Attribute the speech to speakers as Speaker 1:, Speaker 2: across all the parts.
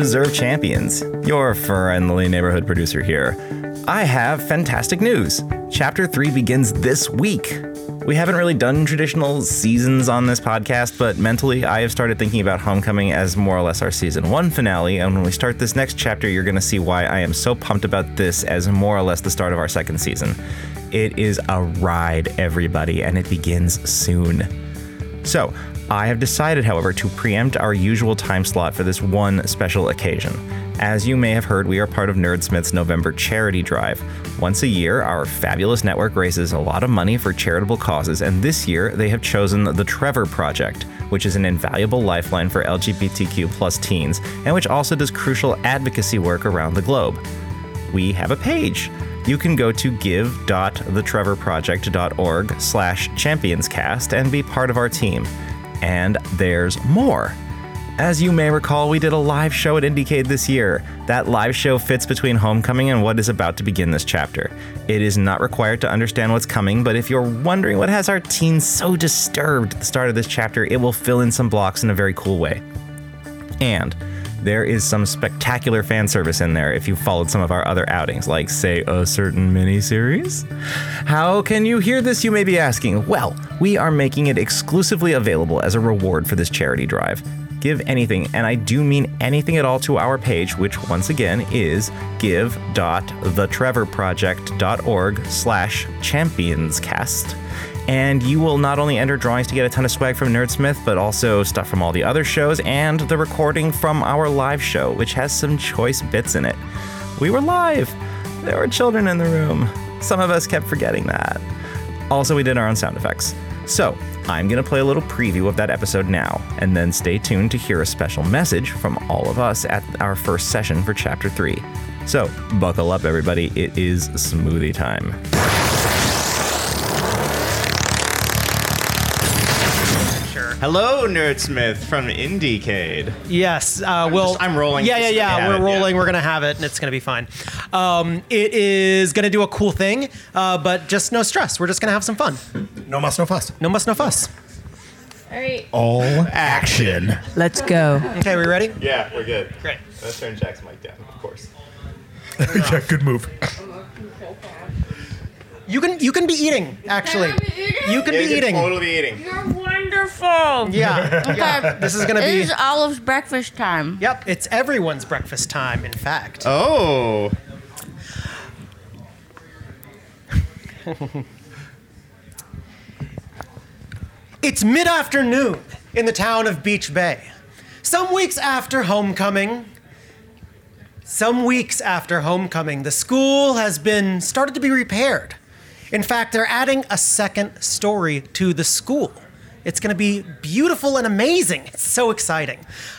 Speaker 1: Champions, your friendly neighborhood producer here. I have fantastic news. Chapter 3 begins this week. We haven't really done traditional seasons on this podcast, but mentally, I have started thinking about Homecoming as more or less our season one finale. And when we start this next chapter, you're going to see why I am so pumped about this as more or less the start of our second season. It is a ride, everybody, and it begins soon. So, I have decided, however, to preempt our usual time slot for this one special occasion. As you may have heard, we are part of Nerdsmith's November charity drive. Once a year, our fabulous network raises a lot of money for charitable causes, and this year they have chosen the Trevor Project, which is an invaluable lifeline for LGBTQ plus teens, and which also does crucial advocacy work around the globe we have a page. You can go to give.thetrevorproject.org slash championscast and be part of our team. And there's more. As you may recall, we did a live show at Indiecade this year. That live show fits between Homecoming and what is about to begin this chapter. It is not required to understand what's coming, but if you're wondering what has our teens so disturbed at the start of this chapter, it will fill in some blocks in a very cool way. And there is some spectacular fan service in there if you followed some of our other outings, like, say, a certain miniseries. How can you hear this, you may be asking? Well, we are making it exclusively available as a reward for this charity drive. Give anything, and I do mean anything at all, to our page, which once again is give.thetrevorproject.org slash championscast and you will not only enter drawings to get a ton of swag from Nerdsmith, but also stuff from all the other shows and the recording from our live show, which has some choice bits in it. We were live. There were children in the room. Some of us kept forgetting that. Also, we did our own sound effects. So, I'm going to play a little preview of that episode now, and then stay tuned to hear a special message from all of us at our first session for Chapter 3. So, buckle up, everybody. It is smoothie time.
Speaker 2: Hello, Nerdsmith from Indiecade.
Speaker 3: Yes. Uh, well,
Speaker 2: just- I'm rolling
Speaker 3: Yeah, yeah,
Speaker 2: just
Speaker 3: yeah.
Speaker 2: gonna have
Speaker 3: We're
Speaker 2: it, yeah.
Speaker 3: rolling. We're gonna have it, and it's gonna be fine. Um, it is gonna do a cool thing, uh, but just no stress. We're just gonna have some fun.
Speaker 4: No muss, no fuss.
Speaker 3: No muss, no fuss.
Speaker 5: All right.
Speaker 4: All action.
Speaker 6: Let's go.
Speaker 3: Okay, we ready?
Speaker 2: Yeah, we're good.
Speaker 3: Great.
Speaker 2: Let's turn Jack's mic down, of course.
Speaker 4: yeah, good move.
Speaker 3: You can you can be eating actually.
Speaker 5: Can I be eating?
Speaker 3: You can
Speaker 2: Yeah,
Speaker 3: be
Speaker 2: you're
Speaker 3: eating.
Speaker 2: Totally eating.
Speaker 5: You're wonderful.
Speaker 3: Yeah.
Speaker 5: Okay.
Speaker 3: This is gonna
Speaker 5: It
Speaker 3: be.
Speaker 5: is Olive's breakfast time.
Speaker 3: Yep. It's everyone's breakfast time. In fact.
Speaker 2: Oh.
Speaker 3: It's mid afternoon in the town of Beach Bay. Some weeks after homecoming, some weeks after homecoming, the school has been started to be repaired. In fact, they're adding a second story to the school. It's going to be beautiful and amazing. It's so exciting.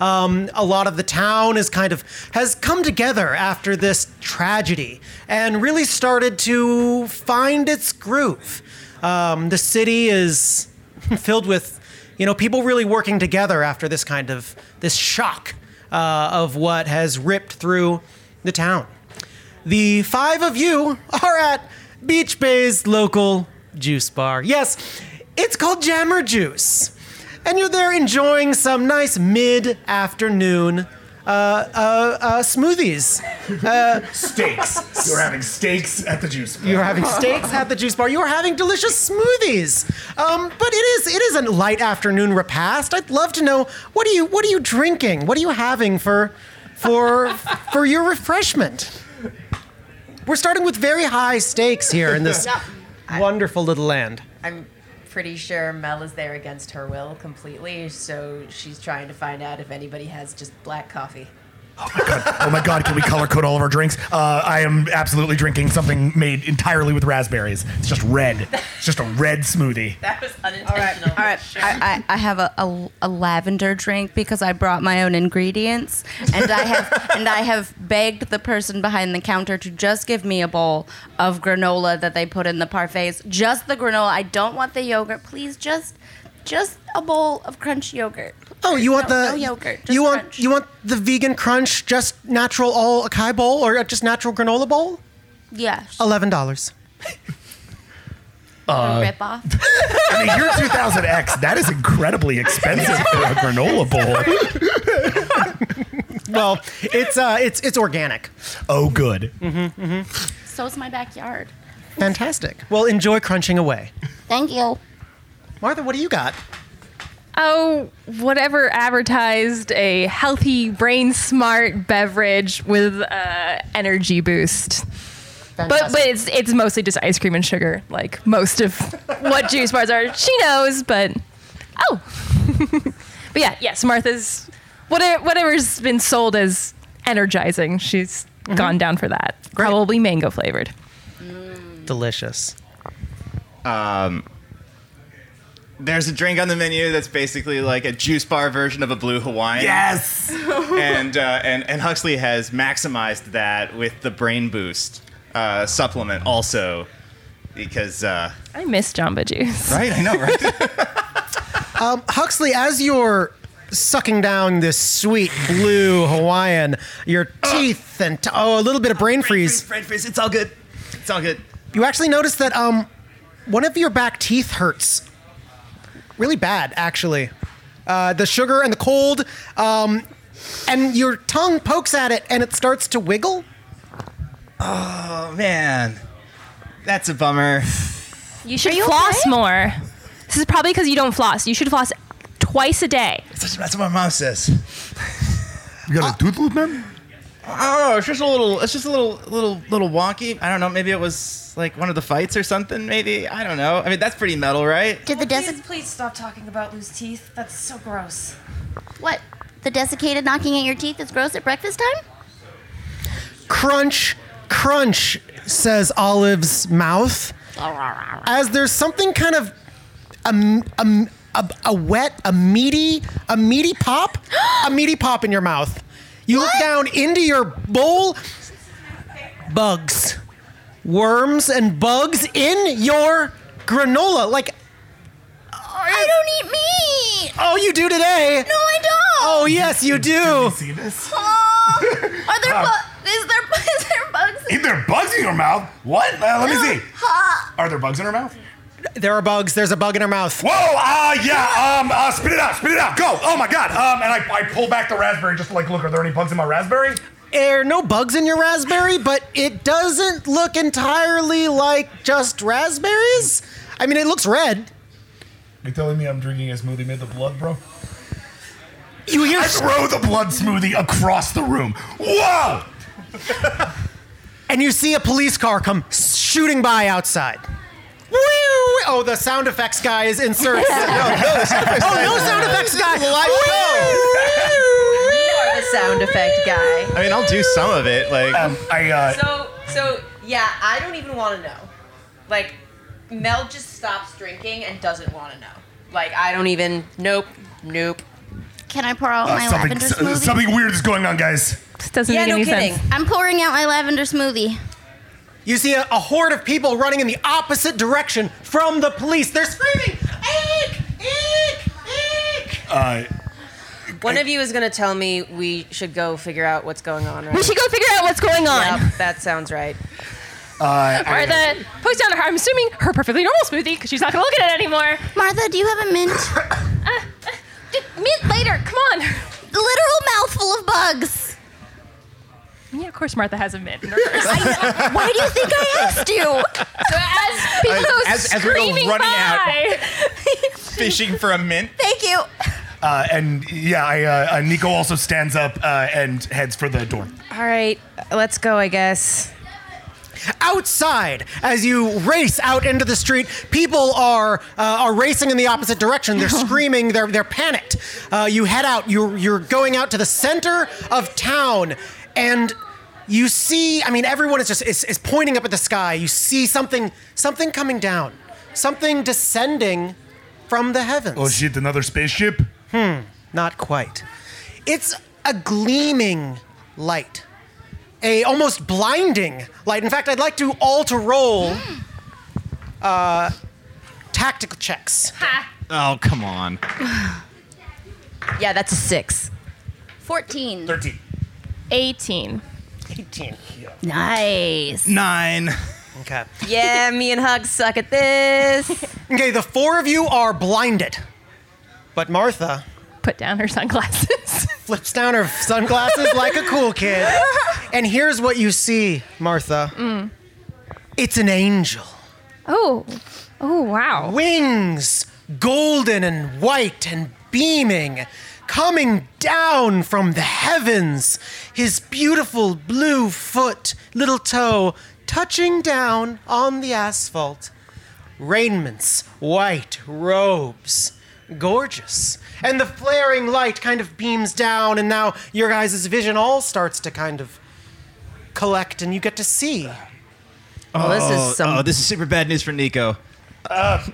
Speaker 3: Um, a lot of the town is kind of has come together after this tragedy and really started to find its groove. Um, the city is filled with, you know, people really working together after this kind of this shock uh, of what has ripped through the town. The five of you are at Beach Bay's local juice bar. Yes, it's called Jammer Juice. And you're there enjoying some nice mid afternoon uh, uh, uh, smoothies.
Speaker 4: Steaks. You're having steaks at the juice.
Speaker 3: You're having steaks at the juice bar. You are having delicious smoothies. Um, but it is it is a light afternoon repast. I'd love to know what are you what are you drinking? What are you having for for for your refreshment? We're starting with very high stakes here in this wonderful little land.
Speaker 7: I'm pretty sure Mel is there against her will completely, so she's trying to find out if anybody has just black coffee.
Speaker 4: Oh my god, can we color code all of our drinks? Uh, I am absolutely drinking something made entirely with raspberries. It's just red. It's just a red smoothie.
Speaker 7: That was unintentional.
Speaker 5: All right.
Speaker 6: I, I, I have a, a, a lavender drink because I brought my own ingredients, and I have and I have begged the person behind the counter to just give me a bowl of granola that they put in the parfaits. Just the granola. I don't want the yogurt. Please, just just a bowl of crunch yogurt.
Speaker 3: Oh, you want
Speaker 6: No-
Speaker 3: the
Speaker 6: no yogurt, just
Speaker 3: you want
Speaker 6: crunch.
Speaker 3: you want the vegan crunch, just natural all acai bowl or just natural granola bowl?
Speaker 6: Yes.
Speaker 3: Eleven dollars.
Speaker 6: rip off.
Speaker 4: I mean, you're 2000X. That is incredibly expensive for a granola bowl.
Speaker 3: well, it's uh, it's it's organic.
Speaker 4: Oh, good.
Speaker 6: So is my backyard.
Speaker 3: Fantastic. Well, enjoy crunching away.
Speaker 6: Thank you.
Speaker 3: Martha, what do you got?
Speaker 8: Oh, whatever advertised a healthy, brain smart beverage with uh, energy boost. But but it's it's mostly just ice cream and sugar, like most of what juice bars are. She knows, but oh, but yeah, yes, Martha's whatever whatever's been sold as energizing, she's
Speaker 7: Mm-hmm.
Speaker 8: gone down for that. Probably mango flavored.
Speaker 3: Delicious.
Speaker 2: There's a drink on the menu that's basically like a juice bar version of a blue Hawaiian.
Speaker 4: Yes.
Speaker 2: and, uh, and and Huxley has maximized that with the brain boost uh, supplement also because uh,
Speaker 8: I miss Jamba Juice.
Speaker 2: right I know right
Speaker 3: Huxley, as you're sucking down this sweet blue Hawaiian, your teeth and t- oh, a little bit of brain freeze.
Speaker 2: French fries it's all good it's all good
Speaker 3: You actually notice that um, one of your back teeth hurts really bad, actually. Uh, the sugar and the cold, um, and your tongue pokes at it, and it starts to wiggle.
Speaker 2: oh man that's a bummer
Speaker 8: You should floss more. This is probably because you don't floss. You should floss twice a day.
Speaker 2: that's what my mom says
Speaker 4: You got a tooth loop, man?
Speaker 2: I don't know Oh, it's just a little it's just a little little little wonky I don't know maybe it was like one of the fights or something maybe I don't know I mean that's pretty metal right
Speaker 9: Did the
Speaker 7: Please,
Speaker 9: desi-
Speaker 7: please stop talking about loose teeth. That's so gross.
Speaker 9: what? The desiccated knocking at your teeth is gross at breakfast time?
Speaker 3: Crunch, crunch, says Olive's mouth. As there's something kind of um, um, a, a wet, a meaty, a meaty pop, a meaty pop in your mouth. You look down into your bowl. Bugs, worms, and bugs in your granola. Like,
Speaker 9: I don't eat meat!
Speaker 3: oh, you do today.
Speaker 9: No, I don't!
Speaker 3: Oh, yes, you do.
Speaker 4: See this?
Speaker 9: Oh, are there bu- is there is there bugs?
Speaker 4: Ain't there bugs in your mouth? What? Uh, let me see.
Speaker 9: Ha!
Speaker 4: Are there bugs in her mouth?
Speaker 3: There are bugs. There's a bug in her mouth.
Speaker 4: Whoa! Ah, yeah. Um, uh, spit it out. Spit it out. Go. Oh my god. Um, and I, I pull back the raspberry just to, like look. Are there any bugs in my raspberry?
Speaker 3: There are no bugs in your raspberry, but it doesn't look entirely like just raspberries. I mean, it looks red.
Speaker 4: You telling me I'm drinking a smoothie made of blood, bro?
Speaker 3: You hear
Speaker 4: I throw the blood smoothie across the room. Whoa!
Speaker 3: and you see a police car come shooting by outside. Woo! Oh, the sound effects guy is inserted. oh, no sound effects guy. Woo!
Speaker 7: You are the sound effect guy.
Speaker 2: I mean I'll do some of it like
Speaker 4: Um, I uh,
Speaker 7: So, so yeah, I don't even want to know. Like, Mel just stops drinking and doesn't want to know. Like, I don't even. Nope. Nope.
Speaker 9: Can I pour out
Speaker 4: uh,
Speaker 9: my
Speaker 4: something
Speaker 9: lavender
Speaker 4: so-
Speaker 9: smoothie?
Speaker 4: something weird is going on, guys.
Speaker 8: This doesn't
Speaker 7: Yeah,
Speaker 8: make
Speaker 7: no
Speaker 8: any
Speaker 7: kidding.
Speaker 8: sense.
Speaker 9: I'm pouring out my lavender smoothie.
Speaker 3: You see a, a horde of people running in the opposite direction from the police. They're screaming, "Eek! Eek! Eek!"
Speaker 4: Uh,
Speaker 7: One of you is gonna tell me we should go figure out what's going on. Right?
Speaker 8: We should go figure out what's going on.
Speaker 7: Yep, that sounds right.
Speaker 8: Or the post down her. I'm assuming her perfectly normal smoothie because she's not gonna look at it anymore.
Speaker 9: Martha, do you have a mint?
Speaker 7: Uh,
Speaker 8: Just mint later. Come on.
Speaker 9: Literal mouthful of bugs.
Speaker 8: Yeah, of course Martha has a mint. In her purse.
Speaker 9: Why do you think I asked you?
Speaker 8: so as people go
Speaker 2: As- as we go
Speaker 8: screaming
Speaker 2: running out.
Speaker 8: by,
Speaker 2: fishing for a mint
Speaker 9: Thank you.
Speaker 4: uh, and yeah, I, uh, uh, Nico also stands up uh, and heads for the door.
Speaker 7: All right, let's go. I guess.
Speaker 3: outside as you race out into the street. People are uh, are racing in the opposite direction. They're screaming. They're they're panicked. Uh, you head out. You're you're going out to the center of town, and you see. I mean, everyone is just is, is pointing up at the sky. You see something something coming down, something descending from the heavens.
Speaker 4: Oh shit! Another spaceship.
Speaker 3: Not quite. It's a gleaming light. A almost blinding light. In fact, I'd like to all to roll uh, tactical checks.
Speaker 2: oh come on
Speaker 7: Yeah, that's a six.
Speaker 9: 14.
Speaker 4: Thirteen.
Speaker 8: 18.
Speaker 3: 18.
Speaker 9: Nice.
Speaker 2: nine
Speaker 3: Okay.
Speaker 7: Yeah, me and Hug suck at this.
Speaker 3: Okay, the four of you are blinded. But Martha,
Speaker 8: Put down her sunglasses.
Speaker 3: flips down her sunglasses like a cool kid. And here's what you see, Martha. It's an angel.
Speaker 8: Oh, oh wow.
Speaker 3: Wings, golden and white and beaming, coming down from the heavens. His beautiful blue foot, little toe, touching down on the asphalt. Raiments, white robes, gorgeous. And the flaring light kind of beams down, and now your guys' vision all starts to kind of collect, and you get to see.
Speaker 6: Well, this
Speaker 2: Oh,
Speaker 6: is some.
Speaker 2: oh, this is super bad news for Nico.
Speaker 4: Uh,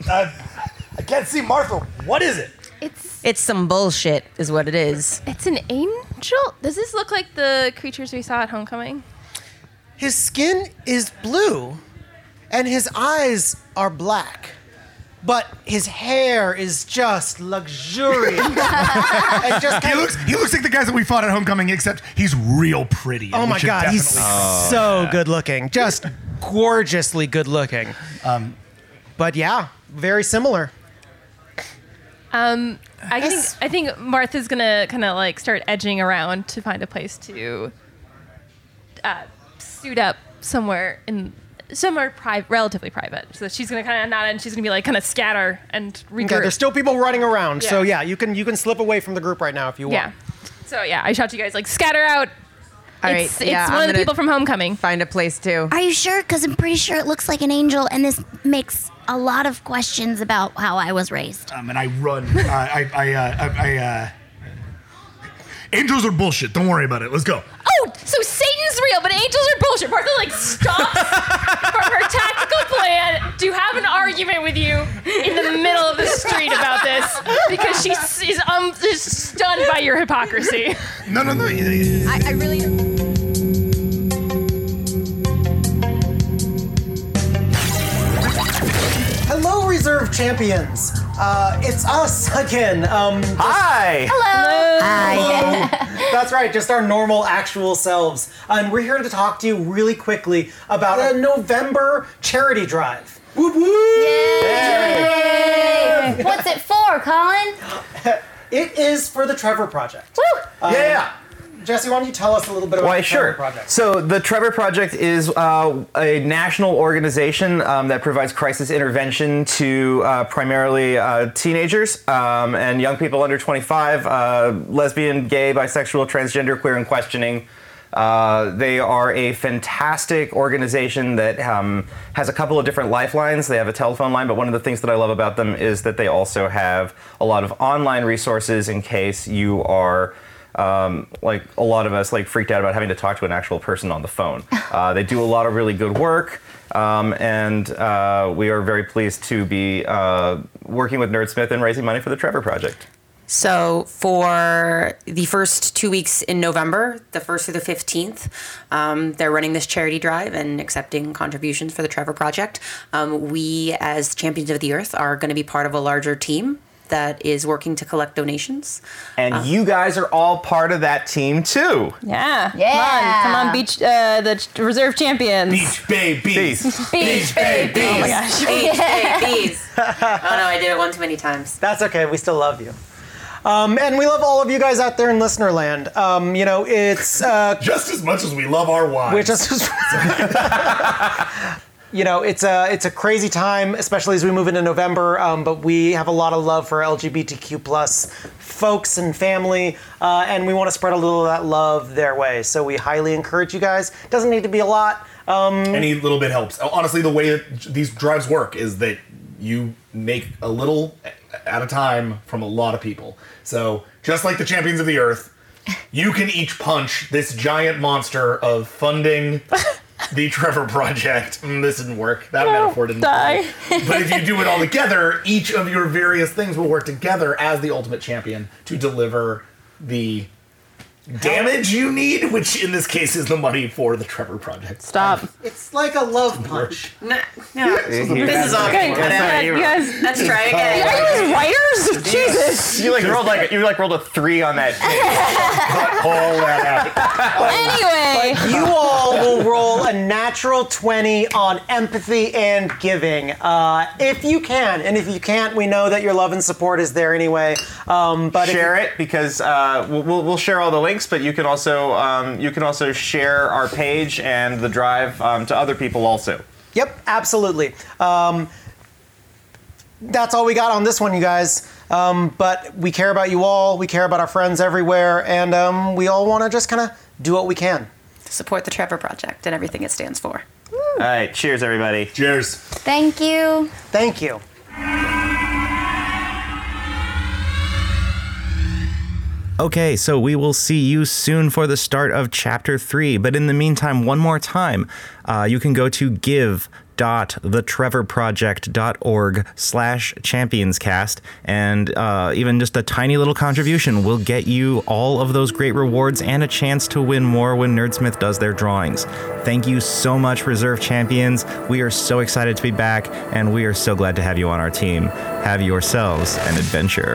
Speaker 4: I can't see Martha. What is it?
Speaker 7: It's some bullshit, is what it is.
Speaker 8: It's an angel. Does this look like the creatures we saw at Homecoming?
Speaker 3: His skin is blue and his eyes are black. But his hair is just luxuriant. and just
Speaker 4: He
Speaker 3: kind of,
Speaker 4: looks he looks like the guys that we fought at Homecoming, except he's real pretty. and
Speaker 3: oh
Speaker 4: we
Speaker 3: my
Speaker 4: should
Speaker 3: god, he's
Speaker 4: definitely-
Speaker 3: so good looking. Just gorgeously good looking. but yeah, very similar.
Speaker 8: Um, I think I think Martha's gonna kind of like start edging around to find a place to uh, suit up somewhere in somewhere private, relatively private. So she's gonna kind of nod and she's gonna be like kind of scatter and regroup.
Speaker 3: Okay, there's still people running around. So
Speaker 8: Yeah.
Speaker 3: yeah, you can you can slip away from the group right now if you want.
Speaker 8: yeah. So yeah, I shout to you guys like scatter out.
Speaker 7: All right,
Speaker 8: it's it's
Speaker 7: yeah,
Speaker 8: one
Speaker 7: I'm
Speaker 8: of the
Speaker 7: gonna
Speaker 8: people from Homecoming.
Speaker 7: Find a place too.
Speaker 9: Are you sure? Because I'm pretty sure it looks like an angel, and this makes a lot of questions about how I was raised.
Speaker 4: Um, and I run. Uh, I I uh, I. I uh, Angels are bullshit. Don't worry about it. Let's go.
Speaker 8: Oh, so Satan's real, but angels are bullshit. Martha like stops from her tactical plan to have an argument with you in the middle of the street about this because she s- is um is stunned by your hypocrisy.
Speaker 4: No, no, no. It's
Speaker 9: I, I really.
Speaker 3: Hello, reserve champions. Uh, it's us again. Um,
Speaker 1: Hi.
Speaker 3: That's right, just our normal, actual selves. And we're here to talk to you really quickly about a November charity drive. Whoop whoop!
Speaker 9: What's it for, Colin?
Speaker 3: It is for the Trevor Project. Um,
Speaker 1: yeah.
Speaker 3: Jesse, why don't you tell us a little bit about
Speaker 1: Why,
Speaker 3: the
Speaker 1: sure.
Speaker 3: Trevor Project?
Speaker 1: So, the Trevor Project is uh, a national organization um, that provides crisis intervention to uh, primarily uh, teenagers um, and young people under 25, uh, lesbian, gay, bisexual, transgender, queer, and questioning. Uh, they are a fantastic organization that um, has a couple of different lifelines. They have a telephone line, but one of the things that I love about them is that they also have a lot of online resources in case you are um, like a lot of us like freaked out about having to talk to an actual person on the phone. Uh, they do a lot of really good work, um, and uh, we are very pleased to be uh, working with Nerdsmith and raising money for the Trevor Project.
Speaker 10: So for the first two weeks in November, the first through the fifteenth, um, they're running this charity drive and accepting contributions for the Trevor Project. Um, we, as champions of the earth, are going to be part of a larger team that is working to collect donations.
Speaker 1: And you guys are all part of that team too.
Speaker 11: Yeah.
Speaker 9: Yeah.
Speaker 11: Come on, come on beach, uh, the ch- reserve champions.
Speaker 4: Beach baby.
Speaker 1: Peace.
Speaker 11: Beach babies. Oh my gosh.
Speaker 10: Bees, hey, bees. Oh no, I did it one too many times.
Speaker 3: That's okay. We still love you. Um, and we love all of you guys out there in listener land. Um, you know, it's uh,
Speaker 4: Just as much as we love our wives.
Speaker 3: we're just. You know, it's a it's a crazy time, especially as we move into November. Um, but we have a lot of love for LGBTQ plus folks and family, uh, and we want to spread a little of that love their way. So we highly encourage you guys. Doesn't need to be a lot.
Speaker 4: Any little bit helps. Honestly, the way that these drives work is that you make a little at a time from a lot of people. So, just like the champions of the earth, you can each punch this giant monster of funding the Trevor Project. Mm, this didn't work. That metaphor didn't
Speaker 11: die.
Speaker 4: work. But if you do it all together, each of your various things will work together as the ultimate champion to deliver the damage you need, which in this case is the money for the Trevor Project.
Speaker 11: Stop.
Speaker 3: It's like a love punch.
Speaker 10: No, no.
Speaker 1: This
Speaker 10: is all-
Speaker 11: Okay,
Speaker 10: That's
Speaker 11: guys,
Speaker 10: not
Speaker 11: you guys,
Speaker 10: Let's try it again.
Speaker 11: are you guys writers? Jesus.
Speaker 12: this?
Speaker 13: You like rolled like you like rolled a three on that. Cut all that out.
Speaker 11: Anyway,
Speaker 3: you all will roll a natural 20 on empathy and giving. Uh, if you can, and if you can't, we know that your love and support is there anyway. Um, but if
Speaker 13: share it because uh, we'll, we'll we'll share all the links, but you can also um, you can also share our page and the drive um, to other people also.
Speaker 3: Yep, absolutely. Um, that's all we got on this one, you guys. Um, but we care about you all. We care about our friends everywhere, and um, we all want to just kind of do what we can.
Speaker 10: Support the Trevor Project and everything it stands for.
Speaker 13: All right, cheers everybody. Cheers.
Speaker 9: Thank you.
Speaker 3: Thank you.
Speaker 1: Okay, so we will see you soon for the start of chapter three. But in the meantime, one more time, uh, you can go to give.thetrevorproject.org slash championscast, and uh, even just a tiny little contribution will get you all of those great rewards and a chance to win more when Nerdsmith does their drawings. Thank you so much, Reserve Champions. We are so excited to be back, and we are so glad to have you on our team. Have yourselves an adventure.